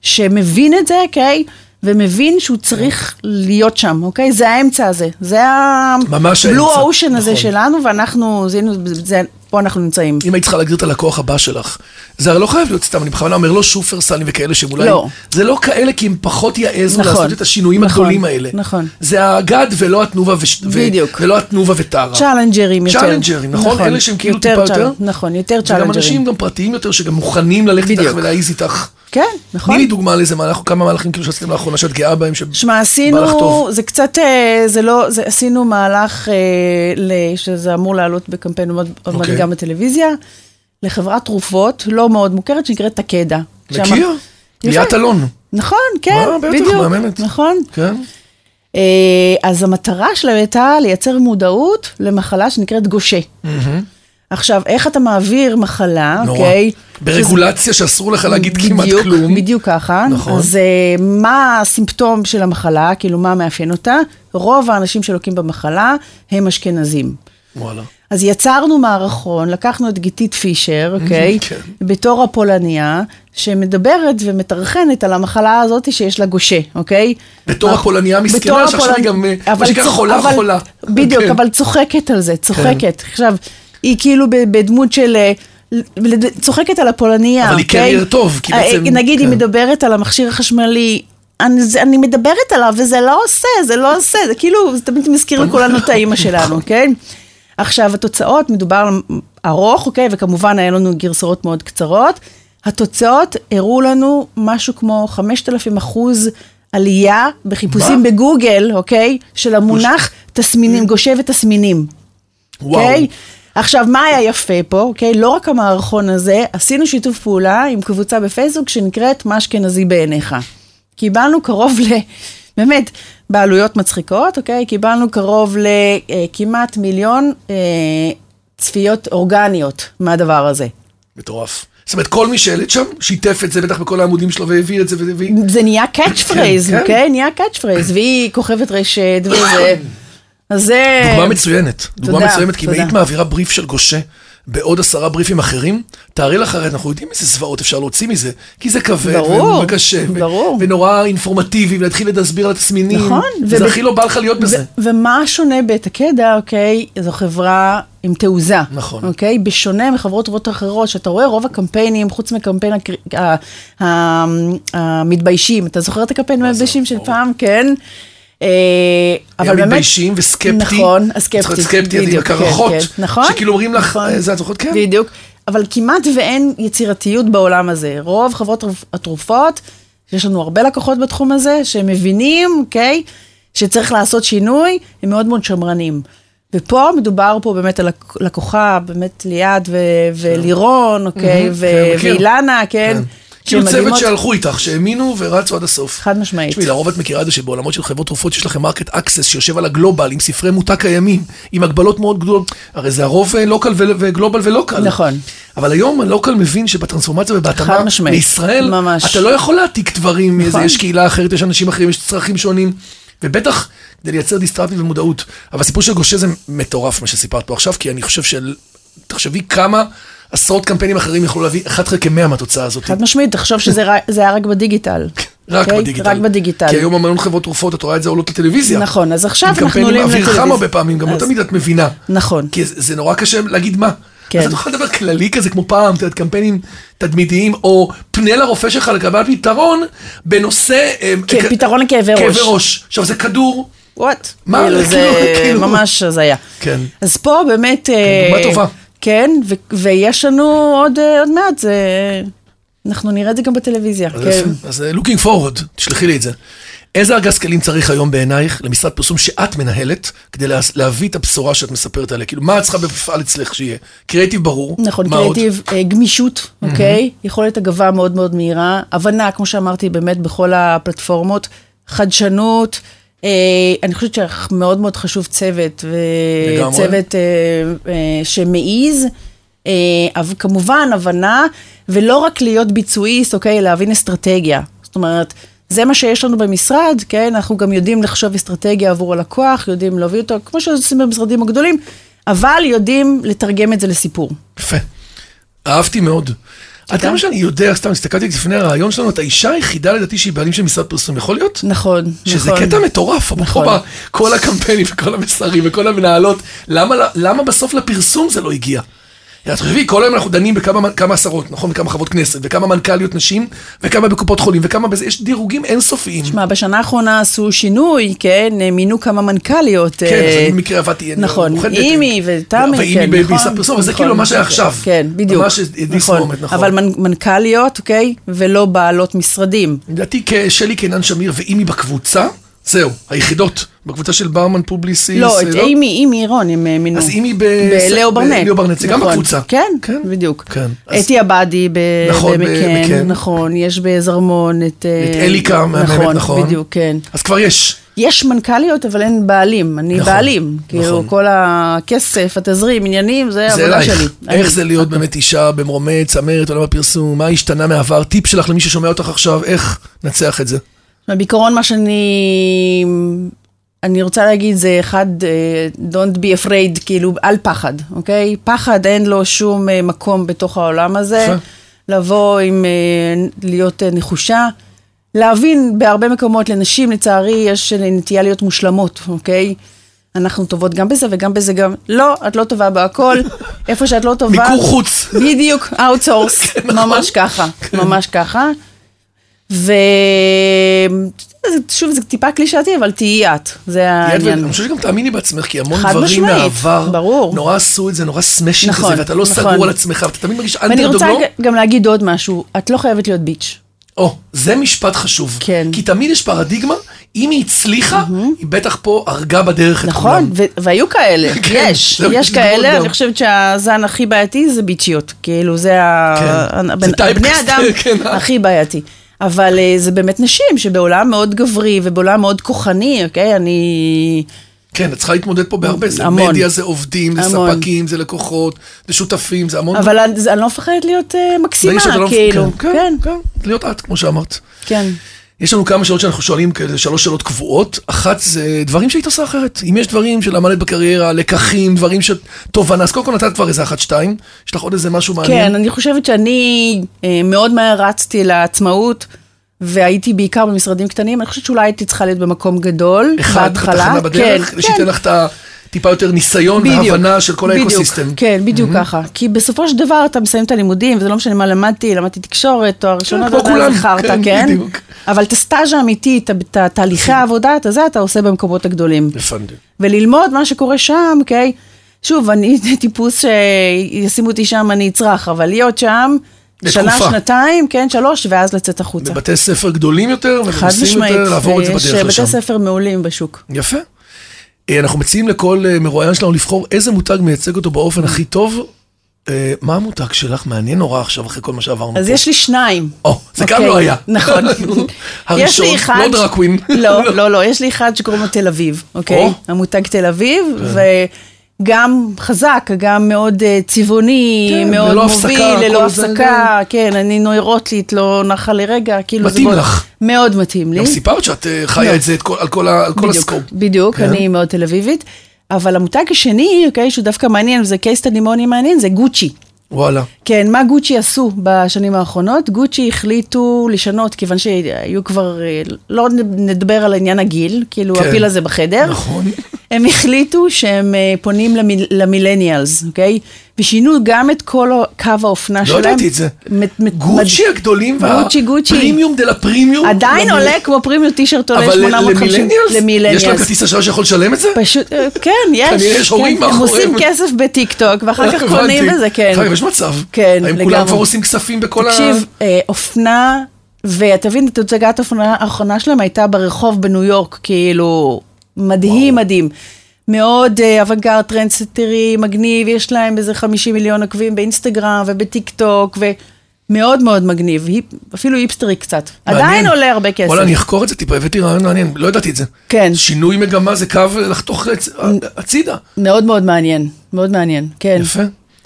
Speaker 3: שמבין את זה, אוקיי? ומבין שהוא צריך להיות שם, אוקיי? זה האמצע הזה. זה ה...
Speaker 2: ממש האמצע,
Speaker 3: בלו האושן הזה
Speaker 2: נכון.
Speaker 3: שלנו, ואנחנו, זה, זה, פה אנחנו נמצאים.
Speaker 2: אם היית צריכה להגדיר את הלקוח הבא שלך, זה הרי לא חייב להיות סתם, אני בכוונה אומר לא שופרסלים וכאלה שהם אולי...
Speaker 3: לא.
Speaker 2: זה לא כאלה כי הם פחות יעזו
Speaker 3: נכון.
Speaker 2: לעשות את השינויים
Speaker 3: נכון.
Speaker 2: הגדולים האלה.
Speaker 3: נכון.
Speaker 2: זה האגד ולא התנובה וש... ו-
Speaker 3: בדיוק.
Speaker 2: ולא התנובה וטרה.
Speaker 3: צ'אלנג'רים יותר.
Speaker 2: צ'אלנג'רים, נכון? אלה שהם כאילו טיפה יותר.
Speaker 3: צ'אל- נכון, יותר
Speaker 2: וגם
Speaker 3: צ'אלנג'רים.
Speaker 2: אנשים גם פרטיים יותר, שגם מוכנים ללכת איתך
Speaker 3: בדיוק.
Speaker 2: ולהעיז איתך.
Speaker 3: כן, נכון.
Speaker 2: תני לי דוגמה לאיזה מהלך, או כמה מהלכים כאילו שעשיתם לאחרונה שאת גאה בהם, ש...
Speaker 3: שמע,
Speaker 2: בא לך טוב.
Speaker 3: עשינו, זה קצת, אה, זה לא, זה, עשינו מהלך אה, ל, שזה אמור לעלות בקמפיין, עוד עוד מעט
Speaker 2: אוקיי.
Speaker 3: גם בטלוויזיה, לחברת תרופות לא מאוד מוכרת שנקראת תקדה.
Speaker 2: מכיר?
Speaker 3: שמה-
Speaker 2: ליאת
Speaker 3: יפה.
Speaker 2: אלון.
Speaker 3: נכון, כן,
Speaker 2: אה, בטח,
Speaker 3: בדיוק.
Speaker 2: מהממת.
Speaker 3: נכון.
Speaker 2: כן?
Speaker 3: אה, אז המטרה שלהם הייתה לייצר מודעות למחלה שנקראת גושה. עכשיו, איך אתה מעביר מחלה,
Speaker 2: נורא.
Speaker 3: אוקיי?
Speaker 2: ברגולציה שאסור לך להגיד כמעט
Speaker 3: בדיוק,
Speaker 2: כלום.
Speaker 3: בדיוק ככה.
Speaker 2: נכון.
Speaker 3: אז אה, מה הסימפטום של המחלה, כאילו מה מאפיין אותה? רוב האנשים שלוקים במחלה הם אשכנזים.
Speaker 2: וואלה.
Speaker 3: אז יצרנו מערכון, לקחנו את גיתית פישר, אוקיי?
Speaker 2: כן.
Speaker 3: בתור הפולניה, שמדברת ומטרחנת על המחלה הזאת שיש לה גושה, אוקיי?
Speaker 2: בתור
Speaker 3: אנחנו-
Speaker 2: הפולניה המסכנה,
Speaker 3: בתור
Speaker 2: שעכשיו היא
Speaker 3: הפולנ-
Speaker 2: גם, אה, מה
Speaker 3: אבל
Speaker 2: שנקרא,
Speaker 3: צוח-
Speaker 2: חולה,
Speaker 3: אבל-
Speaker 2: חולה.
Speaker 3: בדיוק,
Speaker 2: כן.
Speaker 3: אבל צוחקת על זה, צוחקת. עכשיו, היא כאילו ב- בדמות של... אה, לד- צוחקת על הפולניה,
Speaker 2: אבל היא
Speaker 3: אוקיי?
Speaker 2: קרייר טוב, כי
Speaker 3: אה,
Speaker 2: בעצם-
Speaker 3: נגיד, היא
Speaker 2: כן.
Speaker 3: מדברת על המכשיר החשמלי. אני, זה- אני מדברת עליו, וזה לא עושה, זה לא עושה, זה כאילו, זה תמיד מזכיר לכולנו את האימא שלנו, כן? עכשיו, התוצאות, מדובר על ארוך, אוקיי? וכמובן, היה לנו גרסאות מאוד קצרות. התוצאות הראו לנו משהו כמו 5,000 אחוז עלייה בחיפושים
Speaker 2: מה?
Speaker 3: בגוגל, אוקיי? של המונח תסמינים, גושה ותסמינים.
Speaker 2: וואו.
Speaker 3: אוקיי? עכשיו, מה היה יפה פה, אוקיי? לא רק המערכון הזה, עשינו שיתוף פעולה עם קבוצה בפייסבוק שנקראת מה אשכנזי בעיניך. קיבלנו קרוב ל... באמת, בעלויות מצחיקות, אוקיי? קיבלנו קרוב לכמעט מיליון אה, צפיות אורגניות מהדבר הזה.
Speaker 2: מטורף. זאת אומרת, כל מי שהעלית שם, שיתף את זה בטח בכל העמודים שלו והעביר את זה והביא.
Speaker 3: זה נהיה קאץ' פרייז,
Speaker 2: כן.
Speaker 3: אוקיי? נהיה קאץ' פרייז, והיא כוכבת רשת וזה. אז זה...
Speaker 2: דוגמה מצוינת. דוגמה
Speaker 3: כן. תודה,
Speaker 2: מצוינת, כי אם
Speaker 3: תודה.
Speaker 2: היית מעבירה בריף של גושה בעוד עשרה בריפים אחרים, תארי לך, הרי אנחנו יודעים איזה זוועות אפשר להוציא מזה, כי זה כבד
Speaker 3: ברור,
Speaker 2: וקשה, ו-
Speaker 3: ברור.
Speaker 2: ונורא אינפורמטיבי, ולהתחיל להסביר על התסמינים.
Speaker 3: נכון,
Speaker 2: וזה
Speaker 3: וב-
Speaker 2: הכי לא בא לך להיות בזה.
Speaker 3: ו- ומה שונה בתקדה, אוקיי, זו חברה עם תעוזה.
Speaker 2: נכון.
Speaker 3: אוקיי? בשונה מחברות טובות אחרות, שאתה רואה רוב הקמפיינים, חוץ מקמפיין הקר- ה- ה- המתביישים, אתה זוכר את הקמפיין המתביישים של פעם, כן? אה,
Speaker 2: הם
Speaker 3: אבל באמת...
Speaker 2: מתביישים וסקפטי.
Speaker 3: נכון, הסקפטי.
Speaker 2: צריך להיות סקפטי, אז עם
Speaker 3: בדיוק, כן,
Speaker 2: הקרחות.
Speaker 3: כן, נכון.
Speaker 2: שכאילו אומרים לך,
Speaker 3: נכון.
Speaker 2: אה, זה את זוכרת, כן?
Speaker 3: בדיוק. אבל כמעט ואין יצירתיות בעולם הזה. רוב חברות התרופות, יש לנו הרבה לקוחות בתחום הזה, שהם מבינים, אוקיי, שצריך לעשות שינוי, הם מאוד מאוד שמרנים. ופה מדובר פה באמת על לק- לקוחה, באמת ליעד ו- ולירון, אוקיי, ו-
Speaker 2: כן, מכיר.
Speaker 3: ואילנה, כן.
Speaker 2: כן.
Speaker 3: שהן
Speaker 2: כאילו צוות
Speaker 3: מדהימות.
Speaker 2: שהלכו איתך, שהאמינו ורצו עד הסוף.
Speaker 3: חד משמעית.
Speaker 2: תשמעי, לרוב את מכירה את זה שבעולמות של חברות תרופות יש לכם מרקט אקסס שיושב על הגלובל עם ספרי מותג קיימים, עם הגבלות מאוד גדולות. הרי זה הרוב אה, לוקל ו- וגלובל ולוקל.
Speaker 3: נכון.
Speaker 2: אבל היום הלוקל מבין שבטרנספורמציה ובהתאמה
Speaker 3: חד משמעית.
Speaker 2: לישראל,
Speaker 3: ממש.
Speaker 2: אתה לא יכול להעתיק דברים מאיזה,
Speaker 3: נכון.
Speaker 2: יש קהילה אחרת, יש אנשים אחרים, יש צרכים שונים. ובטח כדי לייצר דיסטרפטים ומודעות. אבל הסיפור של גושה זה מטורף מה שסיפרת פה עכשיו, כי אני חושב של... תחשבי כמה עשרות קמפיינים אחרים יכולו להביא 1 חלקי 100 מהתוצאה הזאת.
Speaker 3: חד משמעית, תחשוב שזה רק- זה היה רק בדיגיטל.
Speaker 2: רק
Speaker 3: אוקיי?
Speaker 2: בדיגיטל.
Speaker 3: רק בדיגיטל.
Speaker 2: כי היום המלון חברות תרופות, את רואה את זה עולות לטלוויזיה.
Speaker 3: נכון, אז עכשיו
Speaker 2: עם
Speaker 3: אנחנו עולים
Speaker 2: קמפיינים
Speaker 3: לטלוויזיה.
Speaker 2: אוויר חם הרבה פעמים, גם לא
Speaker 3: אז-
Speaker 2: תמיד את מבינה.
Speaker 3: נכון.
Speaker 2: כי זה זה נורא קשה להגיד מה.
Speaker 3: כן.
Speaker 2: אז אתה יכול לדבר כללי כזה, כמו פעם, את יודעת, קמפיינים תדמיתיים, או פנה לרופא שלך לקבל פתרון בנושא... אה,
Speaker 3: כן,
Speaker 2: כ-
Speaker 3: פתרון לכאבי ראש.
Speaker 2: כאבי ראש. עכשיו, זה כדור.
Speaker 3: וואט.
Speaker 2: מה?
Speaker 3: כאילו, זה
Speaker 2: כאילו-
Speaker 3: ממש הזיה.
Speaker 2: כן.
Speaker 3: אז פה באמת...
Speaker 2: דוגמה
Speaker 3: אה,
Speaker 2: טובה.
Speaker 3: כן, ו- ויש לנו עוד אה, עוד מעט, זה... אנחנו נראה את זה גם בטלוויזיה.
Speaker 2: אז
Speaker 3: כן.
Speaker 2: יפה. אז אה, looking forward, תשלחי לי את זה. איזה ארגז כלים צריך היום בעינייך למשרד פרסום שאת מנהלת, כדי לה- להביא את הבשורה שאת מספרת עליה? כאילו, מה את צריכה במפעל אצלך שיהיה? קריאיטיב ברור.
Speaker 3: נכון,
Speaker 2: מה עוד?
Speaker 3: קריאיטיב, אה, גמישות, אוקיי? יכולת הגבה מאוד מאוד מהירה, הבנה, כמו שאמרתי, באמת בכל הפלטפורמות, חדשנות. אה, אני חושבת שמאוד מאוד חשוב צוות,
Speaker 2: לגמרי.
Speaker 3: וצוות אה, אה, שמעיז, אה, אבל כמובן הבנה, ולא רק להיות ביצועיסט, אוקיי? להבין אסטרטגיה. זאת אומרת, זה מה שיש לנו במשרד, כן? אנחנו גם יודעים לחשוב אסטרטגיה עבור הלקוח, יודעים להוביל אותו, כמו שעושים במשרדים הגדולים, אבל יודעים לתרגם את זה לסיפור.
Speaker 2: יפה. אהבתי מאוד. עד כמה שאני יודע, סתם הסתכלתי לפני הרעיון שלנו, את האישה היחידה לדעתי שהיא בעלים של משרד פרסום, יכול להיות?
Speaker 3: נכון,
Speaker 2: שזה
Speaker 3: נכון.
Speaker 2: קטע מטורף,
Speaker 3: נכון.
Speaker 2: נכון. כל הקמפיינים וכל המסרים וכל המנהלות, למה, למה בסוף לפרסום זה לא הגיע? את חושבי, כל היום אנחנו דנים בכמה כמה עשרות, נכון? וכמה חברות כנסת, וכמה מנכ"ליות נשים, וכמה בקופות חולים, וכמה בזה, יש דירוגים אינסופיים.
Speaker 3: תשמע, בשנה האחרונה עשו שינוי, כן? אה, מינו כמה מנכ"ליות.
Speaker 2: כן, אז
Speaker 3: אה,
Speaker 2: אני במקרה עבדתי, אני
Speaker 3: נכון,
Speaker 2: מאוחדת.
Speaker 3: אימי ותמי,
Speaker 2: ואימי
Speaker 3: כן,
Speaker 2: בביס
Speaker 3: נכון,
Speaker 2: הפרסום, אבל זה
Speaker 3: נכון,
Speaker 2: כאילו מה שהיה
Speaker 3: נכון,
Speaker 2: עכשיו.
Speaker 3: כן, בדיוק.
Speaker 2: ממש at this moment, נכון.
Speaker 3: אבל מנ- מנכ"ליות, אוקיי? ולא בעלות משרדים.
Speaker 2: לדעתי כ- שלי קינן שמיר ואימי בקבוצה, זהו, היחידות. בקבוצה של ברמן פובליסיס.
Speaker 3: לא,
Speaker 2: אה,
Speaker 3: את אימי, אימי רון הם אה, מינו.
Speaker 2: אז אימי ב-
Speaker 3: בלאו
Speaker 2: ב-
Speaker 3: ברנט.
Speaker 2: לאו ברנט, זה גם
Speaker 3: נכון.
Speaker 2: בקבוצה.
Speaker 3: כן,
Speaker 2: כן.
Speaker 3: בדיוק.
Speaker 2: כן, אז-
Speaker 3: אתי עבאדי ב-
Speaker 2: נכון, ב-
Speaker 3: במקן,
Speaker 2: בקן.
Speaker 3: נכון, יש בזרמון את... אה,
Speaker 2: את אליקה מהממת, נכון.
Speaker 3: בדיוק, כן.
Speaker 2: אז כבר יש.
Speaker 3: יש מנכ"ליות, אבל אין בעלים. אני
Speaker 2: נכון,
Speaker 3: בעלים. כאילו,
Speaker 2: נכון.
Speaker 3: כל הכסף, התזרים, עניינים, זה
Speaker 2: זה
Speaker 3: העבודה
Speaker 2: אלייך.
Speaker 3: שלי.
Speaker 2: איך
Speaker 3: אני-
Speaker 2: זה להיות באמת אישה במרומי צמרת עולם הפרסום? מה השתנה מהעבר? טיפ שלך למי ששומע אותך עכשיו, איך נצח את זה?
Speaker 3: בעיקרון מה שאני אני רוצה להגיד זה אחד, אה, don't be afraid, כאילו, אל פחד, אוקיי? פחד אין לו שום אה, מקום בתוך העולם הזה.
Speaker 2: יפה.
Speaker 3: לבוא עם, אה, להיות אה, נחושה. להבין בהרבה מקומות לנשים, לצערי, יש אה, נטייה להיות מושלמות, אוקיי? אנחנו טובות גם בזה וגם בזה גם, לא, את לא טובה בהכל, איפה שאת לא טובה.
Speaker 2: מיקור חוץ.
Speaker 3: בדיוק, אאוטסורס,
Speaker 2: נכון.
Speaker 3: ממש ככה, ממש ככה. ו... זה- שוב, זה טיפה קלישאתי, אבל תהיי את, זה
Speaker 2: יד,
Speaker 3: העניין.
Speaker 2: ואני חושב שגם תאמיני בעצמך, כי המון
Speaker 3: חד
Speaker 2: דברים
Speaker 3: משמעית,
Speaker 2: מהעבר,
Speaker 3: ברור.
Speaker 2: נורא עשו את זה, נורא סמאשי כזה,
Speaker 3: נכון,
Speaker 2: ואתה לא
Speaker 3: נכון.
Speaker 2: סגור על עצמך, ואתה תמיד מרגיש
Speaker 3: ואני
Speaker 2: אנדרדוג,
Speaker 3: רוצה
Speaker 2: לא?
Speaker 3: ג- גם להגיד עוד משהו, את לא חייבת להיות ביץ'.
Speaker 2: או, זה משפט חשוב.
Speaker 3: כן.
Speaker 2: כי תמיד יש פרדיגמה, אם היא הצליחה, היא בטח פה הרגה בדרך את כולם.
Speaker 3: נכון, ו- והיו כאלה,
Speaker 2: כן,
Speaker 3: יש,
Speaker 2: זהו,
Speaker 3: יש
Speaker 2: יש דוגמאות
Speaker 3: כאלה,
Speaker 2: גם.
Speaker 3: אני חושבת שהזן הכי בעייתי זה ביצ'יות, כאילו זה ה-
Speaker 2: כן,
Speaker 3: ה-
Speaker 2: זה
Speaker 3: הבן- בני
Speaker 2: typecast,
Speaker 3: אדם
Speaker 2: כן.
Speaker 3: הכי בעייתי. אבל אה, זה באמת נשים שבעולם מאוד גברי ובעולם מאוד כוחני, אוקיי? אני...
Speaker 2: כן, את צריכה להתמודד פה בהרבה, זה
Speaker 3: המון.
Speaker 2: מדיה, זה עובדים, זה
Speaker 3: המון.
Speaker 2: ספקים, זה לקוחות, זה שותפים, זה המון...
Speaker 3: אבל אני אני לא מפחדת להיות אה,
Speaker 2: דברים
Speaker 3: מקסימה,
Speaker 2: שאתה אוקיי. לא-
Speaker 3: כאילו.
Speaker 2: כן, כן, כן, להיות את, כמו שאמרת.
Speaker 3: כן.
Speaker 2: יש לנו כמה שאלות שאנחנו שואלים, כאלה שלוש שאלות קבועות. אחת זה דברים שהיית עושה אחרת. אם יש דברים שלמדת בקריירה, לקחים, דברים ש... תובנה, אז קודם כל נתת כבר איזה אחת, שתיים. יש לך עוד איזה משהו מעניין?
Speaker 3: כן, אני חושבת שאני אה, מאוד מהר רצתי לעצמאות, והייתי בעיקר במשרדים קטנים, אני חושבת שאולי הייתי צריכה להיות במקום גדול,
Speaker 2: אחד
Speaker 3: בהתחלה.
Speaker 2: בתחנה בדרך,
Speaker 3: כן,
Speaker 2: שייתן
Speaker 3: כן.
Speaker 2: לך את ה- טיפה יותר ניסיון
Speaker 3: בדיוק,
Speaker 2: והבנה של כל
Speaker 3: בדיוק,
Speaker 2: האקוסיסטם.
Speaker 3: כן, בדיוק mm-hmm. ככה. כי בסופו של דבר אתה מסיים את הלימודים, וזה לא משנה מה למדתי, למדתי תקשורת, תואר ראשון,
Speaker 2: כן,
Speaker 3: לא
Speaker 2: כמו
Speaker 3: יודע איזה
Speaker 2: כולם,
Speaker 3: חרטא,
Speaker 2: כן,
Speaker 3: כן?
Speaker 2: בדיוק. כן.
Speaker 3: אבל את הסטאז' האמיתי, את ה- את התהליכי העבודה, את זה אתה עושה במקומות הגדולים.
Speaker 2: מפנדל.
Speaker 3: וללמוד מה שקורה שם, אוקיי? שוב, אני טיפוס שישימו אותי שם, אני אצרח, אבל להיות שם, שנה,
Speaker 2: לתקופה.
Speaker 3: שנתיים, כן, שלוש, ואז לצאת החוצה.
Speaker 2: בבתי ספר גדולים יותר,
Speaker 3: חד
Speaker 2: ומנוסים
Speaker 3: משמעית,
Speaker 2: יותר לעבור את זה
Speaker 3: יש
Speaker 2: בדרך
Speaker 3: בתי
Speaker 2: לשם.
Speaker 3: ספר מעולים בשוק.
Speaker 2: יפה. אה, אנחנו מציעים לכל אה, מרואיין שלנו לבחור איזה מותג מייצג אותו באופן הכי טוב. אה, מה המותג שלך? מעניין נורא עכשיו, אחרי כל מה שעברנו פה.
Speaker 3: אז יש לי שניים.
Speaker 2: או, זה גם
Speaker 3: אוקיי,
Speaker 2: לא היה.
Speaker 3: נכון. יש
Speaker 2: הראשון,
Speaker 3: לי אחד...
Speaker 2: לא דרקווין.
Speaker 3: לא, לא, לא, יש לי אחד שקוראים לו תל אביב, אוקיי?
Speaker 2: או. כן.
Speaker 3: המותג תל אביב, וגם חזק, גם מאוד אה, צבעוני,
Speaker 2: כן,
Speaker 3: מאוד
Speaker 2: ללא
Speaker 3: מוביל,
Speaker 2: הפסקה, כל
Speaker 3: ללא
Speaker 2: זה,
Speaker 3: הפסקה, כן, אני נוירוטלית, לא נחה לרגע, כאילו זה
Speaker 2: מתאים
Speaker 3: מאוד-
Speaker 2: לך.
Speaker 3: מאוד מתאים לי.
Speaker 2: גם סיפרת שאת אה, חיה
Speaker 3: לא.
Speaker 2: את זה את כל- על כל ה- על כל
Speaker 3: בדיוק,
Speaker 2: הסקופ. כן.
Speaker 3: בדיוק, אני מאוד תל אביבית. אבל המותג השני, אוקיי, שהוא דווקא מעניין, וזה קייס תדימוני מעניין, זה גוצ'י.
Speaker 2: וואלה.
Speaker 3: כן, מה גוצ'י עשו בשנים האחרונות? גוצ'י החליטו לשנות, כיוון שהיו כבר, אה, לא נ- נדבר על עניין הגיל, כאילו
Speaker 2: כן.
Speaker 3: הפיל הזה בחדר.
Speaker 2: נכון.
Speaker 3: הם החליטו שהם אה, פונים למיל- למילניאלס, אוקיי? ושינו גם את כל ה- קו האופנה
Speaker 2: לא
Speaker 3: שלהם.
Speaker 2: ידעתי את זה.
Speaker 3: מת- מת-
Speaker 2: גוצ'י
Speaker 3: מד-
Speaker 2: הגדולים
Speaker 3: גוצ'י, גוצ'י.
Speaker 2: והפרימיום דה לה פרימיום.
Speaker 3: עדיין
Speaker 2: למיל-
Speaker 3: עולה כמו פרימיום טישרט עולה
Speaker 2: אבל
Speaker 3: 850
Speaker 2: למילניאלס? יש להם כרטיס אשראי שיכול לשלם את זה?
Speaker 3: פשוט, אה, כן, יש.
Speaker 2: כנראה יש הורים
Speaker 3: כן, הם
Speaker 2: מאחוריהם.
Speaker 3: עושים כסף בטיקטוק, ואחר כך
Speaker 2: הבנתי.
Speaker 3: קונים בזה, כן.
Speaker 2: אחר כך יש מצב.
Speaker 3: כן,
Speaker 2: האם כולם
Speaker 3: לגמרי.
Speaker 2: כבר עושים כספים בכל ה...
Speaker 3: תקשיב, אה, אופנה, ואתה מבין, את הצגת האופנה האחרונה שלהם הייתה ברחוב בניו יורק, כאילו, מדהים, מדהים. מאוד אה, אוונגרד, טרנסטרי, מגניב, יש להם איזה 50 מיליון עוקבים באינסטגרם ובטיק טוק, ומאוד מאוד מגניב, היפ, אפילו היפסטרי קצת.
Speaker 2: מעניין.
Speaker 3: עדיין עולה הרבה כסף.
Speaker 2: וואלה, אני אחקור את זה טיפה, הבאתי רעיון מעניין, לא ידעתי את זה.
Speaker 3: כן.
Speaker 2: שינוי מגמה זה קו לחתוך הצ- הצידה.
Speaker 3: מאוד מאוד מעניין, מאוד מעניין, כן.
Speaker 2: יפה.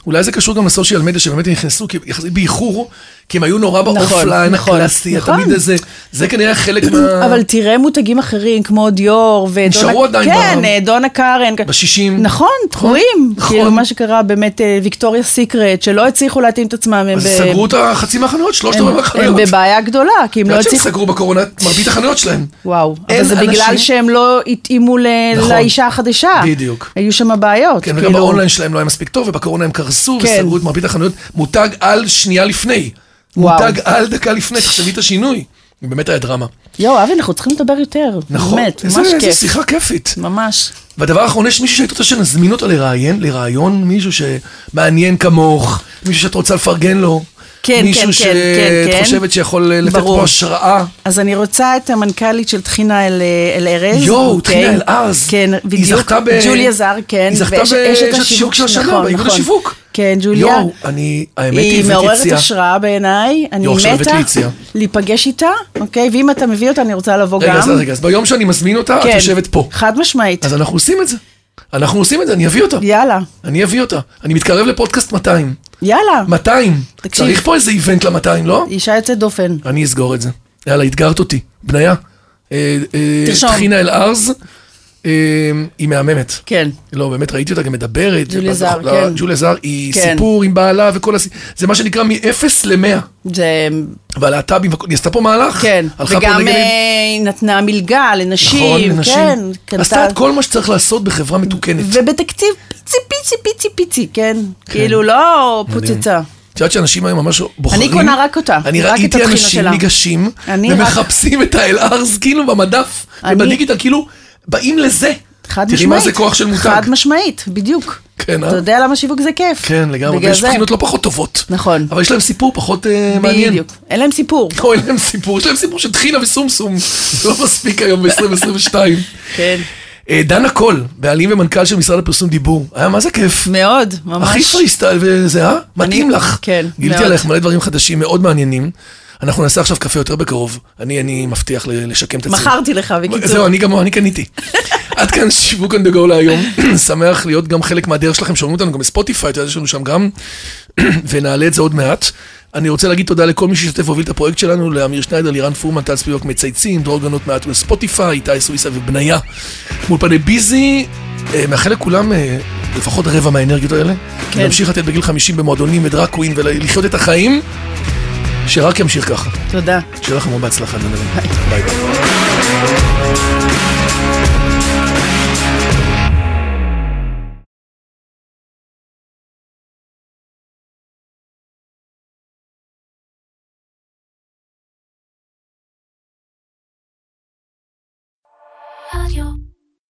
Speaker 2: אולי זה קשור גם לסושיאל מדיה שבאמת נכנסו כי- יחסית באיחור, כי הם היו נורא באופליין
Speaker 3: נכון,
Speaker 2: הקלאסי,
Speaker 3: נכון.
Speaker 2: תמיד איזה, זה כנראה חלק מה...
Speaker 3: אבל תראה מותגים אחרים כמו דיור ודונה...
Speaker 2: אה. נשארו עדיין
Speaker 3: כן,
Speaker 2: ב-
Speaker 3: אה, דונה קארן.
Speaker 2: בשישים.
Speaker 3: נכון, תקועים.
Speaker 2: נכון.
Speaker 3: כאילו מה שקרה באמת אה, ויקטוריה סיקרט, שלא הצליחו להתאים את עצמם. הם
Speaker 2: אז
Speaker 3: ב-
Speaker 2: סגרו את החצי מהחנויות, שלושת
Speaker 3: הם-
Speaker 2: רבעי
Speaker 3: הם
Speaker 2: מהחנויות.
Speaker 3: בבעיה גדולה, כי הם
Speaker 2: את
Speaker 3: לא
Speaker 2: יודעת שהם
Speaker 3: הצליחו...
Speaker 2: סגרו בקורונה את מרבית החנויות שלהם.
Speaker 3: וואו, אבל
Speaker 2: אין
Speaker 3: זה בגלל
Speaker 2: אנשים-
Speaker 3: שהם לא התאימו ל-
Speaker 2: נכון.
Speaker 3: לאישה החדשה.
Speaker 2: בדיוק.
Speaker 3: היו שם בעיות.
Speaker 2: כן, וגם
Speaker 3: כאילו.
Speaker 2: באונליין שלהם לא היה מספיק טוב, ובקורונה הם קרסו,
Speaker 3: כן.
Speaker 2: וסגרו את מרבית החנויות. מותג על שנייה לפני.
Speaker 3: וואו.
Speaker 2: מותג על דקה לפני, תחשבי את השינוי. באמת היה דרמה.
Speaker 3: יואו, אבי, אנחנו צריכים לדבר יותר.
Speaker 2: נכון.
Speaker 3: באמת,
Speaker 2: איזה-
Speaker 3: ממש
Speaker 2: איזה
Speaker 3: כיף.
Speaker 2: שיחה כיפית.
Speaker 3: ממש.
Speaker 2: והדבר האחרון, יש מישהו שהיית רוצה שנזמין אותו לראיין, לראיון מישהו שמעניין כמוך, מישהו שאת רוצה לפרגן לו.
Speaker 3: כן, כן,
Speaker 2: מישהו
Speaker 3: כן, כן,
Speaker 2: שאת
Speaker 3: כן.
Speaker 2: חושבת שיכול אה, לתת
Speaker 3: ברור.
Speaker 2: פה השראה.
Speaker 3: אז אני רוצה את המנכ"לית של טחינה אל, אל ארז.
Speaker 2: יואו,
Speaker 3: אוקיי?
Speaker 2: טחינה אלעז.
Speaker 3: כן,
Speaker 2: היא
Speaker 3: בדיוק.
Speaker 2: זכתה ב-
Speaker 3: ג'וליה זר, כן.
Speaker 2: היא זכתה
Speaker 3: ואש- אשת
Speaker 2: באשת השיווק של השנה,
Speaker 3: נכון,
Speaker 2: באיגוד
Speaker 3: נכון.
Speaker 2: השיווק.
Speaker 3: כן, ג'וליה.
Speaker 2: יואו, אני, האמת היא,
Speaker 3: היא
Speaker 2: הבאת
Speaker 3: מעוררת
Speaker 2: יציאה.
Speaker 3: השראה בעיניי, אני
Speaker 2: יואו, עכשיו הבאת לי
Speaker 3: מתה
Speaker 2: יציאה.
Speaker 3: להיפגש איתה, אוקיי? ואם אתה מביא אותה, אני רוצה לבוא גם.
Speaker 2: רגע, אז רגע, אז ביום שאני מזמין אותה, את
Speaker 3: כן,
Speaker 2: יושבת פה.
Speaker 3: חד משמעית.
Speaker 2: אז לא- אנחנו עושים את זה. אנחנו עושים את זה, אני אביא אותה.
Speaker 3: יאללה,
Speaker 2: אני אביא אותה. אני מתקרב לפודקאסט 200.
Speaker 3: יאללה.
Speaker 2: 200.
Speaker 3: תקשיב.
Speaker 2: צריך פה איזה איבנט ל-200, לא?
Speaker 3: אישה יוצאת דופן.
Speaker 2: אני אסגור את זה. יאללה, אתגרת אותי. בניה. אה, אה,
Speaker 3: תרשום.
Speaker 2: טחינה אלערז, אה, היא מהממת.
Speaker 3: כן.
Speaker 2: לא, באמת ראיתי אותה גם מדברת.
Speaker 3: ג'וליה
Speaker 2: ואז
Speaker 3: זר,
Speaker 2: אנחנו-
Speaker 3: כן.
Speaker 2: ג'וליה זר היא
Speaker 3: כן.
Speaker 2: סיפור עם בעלה וכל הס... זה מה שנקרא מ-0 ל-100.
Speaker 3: זה...
Speaker 2: והלהט"בים, והכל- היא עשתה פה מהלך.
Speaker 3: כן.
Speaker 2: הלכה פה
Speaker 3: וגם
Speaker 2: נגד...
Speaker 3: אה, היא נתנה מלגה לנשים.
Speaker 2: נכון, לנשים.
Speaker 3: כן.
Speaker 2: עשתה
Speaker 3: קנתה-
Speaker 2: את כל מה שצריך לעשות בחברה מתוקנת.
Speaker 3: ובתקציב פיצי פיצי פיצי פיצי, כן? כאילו לא פוצצה.
Speaker 2: את יודעת שאנשים היום ממש בוחרים...
Speaker 3: אני קונה רק אותה,
Speaker 2: אני
Speaker 3: רק את
Speaker 2: ראיתי
Speaker 3: הטחינה
Speaker 2: אנשים
Speaker 3: שלה.
Speaker 2: ניגשים,
Speaker 3: אני רק-
Speaker 2: ומחפשים את האלארז כאילו במדף,
Speaker 3: אני-
Speaker 2: ובדיגיטל כאילו, באים לזה.
Speaker 3: חד משמעית.
Speaker 2: תראי מה זה כוח של מותג.
Speaker 3: חד משמעית, בדיוק.
Speaker 2: כן, אה?
Speaker 3: אתה יודע למה שיווק זה כיף.
Speaker 2: כן, לגמרי,
Speaker 3: בגלל
Speaker 2: ויש
Speaker 3: זה-
Speaker 2: בחינות לא פחות טובות.
Speaker 3: נכון.
Speaker 2: אבל יש להם סיפור פחות אה, מעניין.
Speaker 3: בדיוק. אין להם סיפור.
Speaker 2: לא, אין להם סיפור, יש להם סיפור של טחינה וסומסום. זה לא מספיק היום ב-2022. אה,
Speaker 3: כן.
Speaker 2: דנה קול, בעלים ומנכ"ל של משרד הפרסום דיבור. היה מה זה כיף.
Speaker 3: מאוד, ממש.
Speaker 2: הכי פריסטייל וזה, אה? מתאים לך.
Speaker 3: כן,
Speaker 2: גיליתי
Speaker 3: מאוד.
Speaker 2: עלייך מלא דברים חדשים מאוד מעניינים. אנחנו נעשה עכשיו קפה יותר בקרוב. אני, אני מבטיח ל- לשקם את עצמי.
Speaker 3: מכרתי לך, בקיצור.
Speaker 2: זהו, אני גם, אני קניתי. עד כאן שיווק on the go להיום. שמח להיות גם חלק מהדרך שלכם, שומעים אותנו גם בספוטיפיי, אתה יודע, יש לנו שם גם, ונעלה את זה עוד מעט. אני רוצה להגיד תודה לכל מי שהשתתף והוביל את הפרויקט שלנו, לאמיר שניידר, לירן פורמן, טל ספיוק מצייצים, דרור גנות מעט מספוטיפיי, איתי סוויסה ובניה. מאולפני ביזי, אה, מאחל לכולם אה, לפחות רבע מהאנרגיות האלה.
Speaker 3: כן.
Speaker 2: להמשיך לתת בגיל 50 במועדונים ודרג קווין ולחיות את החיים, שרק ימשיך ככה.
Speaker 3: תודה.
Speaker 2: שיהיה לכם המון בהצלחה, דנדרים. ביי ביי.